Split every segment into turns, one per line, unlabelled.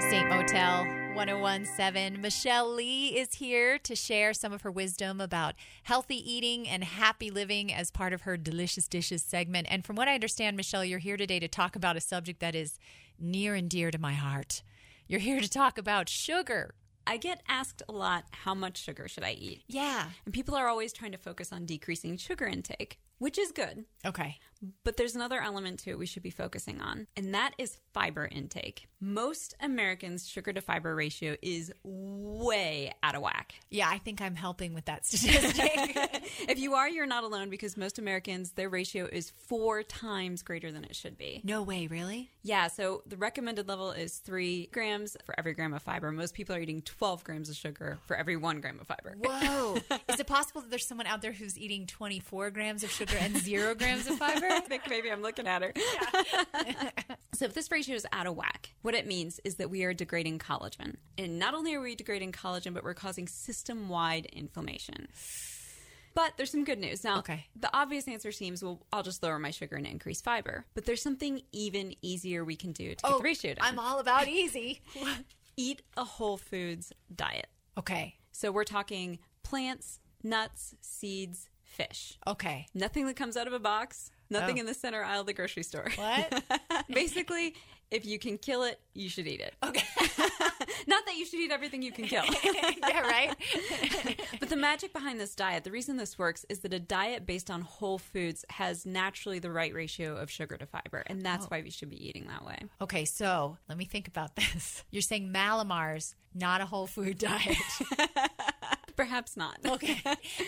State Motel 1017. Michelle Lee is here to share some of her wisdom about healthy eating and happy living as part of her Delicious Dishes segment. And from what I understand, Michelle, you're here today to talk about a subject that is near and dear to my heart. You're here to talk about sugar.
I get asked a lot how much sugar should I eat?
Yeah.
And people are always trying to focus on decreasing sugar intake, which is good.
Okay.
But there's another element to it we should be focusing on, and that is fiber intake. Most Americans' sugar to fiber ratio is way out of whack.
Yeah, I think I'm helping with that statistic.
if you are, you're not alone because most Americans, their ratio is four times greater than it should be.
no way, really?
Yeah, so the recommended level is three grams for every gram of fiber. Most people are eating 12 grams of sugar for every one gram of fiber.
Whoa. is it possible that there's someone out there who's eating 24 grams of sugar and zero grams of fiber?
I think maybe I'm looking at her. so if this ratio is out of whack, what it means is that we are degrading collagen. And not only are we degrading collagen, but we're causing system-wide inflammation. But there's some good news. Now,
Okay.
the obvious answer seems, well, I'll just lower my sugar and increase fiber. But there's something even easier we can do to get the ratio down.
Oh, I'm all about easy.
Eat a whole foods diet.
okay.
So we're talking plants, nuts, seeds, fish.
Okay.
Nothing that comes out of a box, nothing
Oh.
in the center aisle of the grocery store.
What?
Basically, if you can kill it, you should eat it. Okay. Not that you should eat everything you can kill.
yeah, right?
but the magic behind this diet, the reason this works is that a diet based on whole foods has naturally the right ratio of sugar to fiber, and
Oh.
that's why we should be eating that way.
Okay, so let me think about this. You're saying Malamar's not a whole food diet.
Perhaps not.
Okay.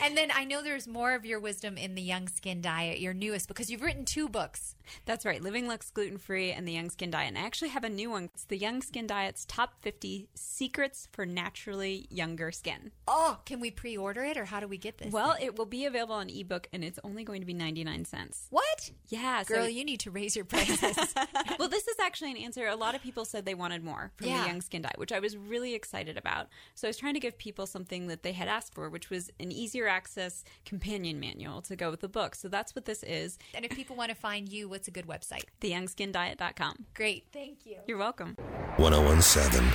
and then I know there's more of your wisdom in the Young Skin Diet, your newest, because you've written two books.
That's right, Living Lux Gluten Free and the Young Skin Diet. And I actually have a new one. It's the Young Skin Diet's Top 50 Secrets for Naturally Younger Skin.
Oh, can we pre order it or how do we get this?
Well, it will be available on ebook and it's only going to be 99 cents.
what?
Yeah, so
Girl, you need to raise your prices.
well, this is actually an answer. A lot of people said they wanted more from
Yeah.
the Young Skin Diet, which I was really excited about. So I was trying to give people something that they had asked for, which was an easier access companion manual to go with the book. So that's what this is
and if people want to find you, what's a good website?
theyoungskindiet.com.
Great. Thank you.
You're welcome.
1017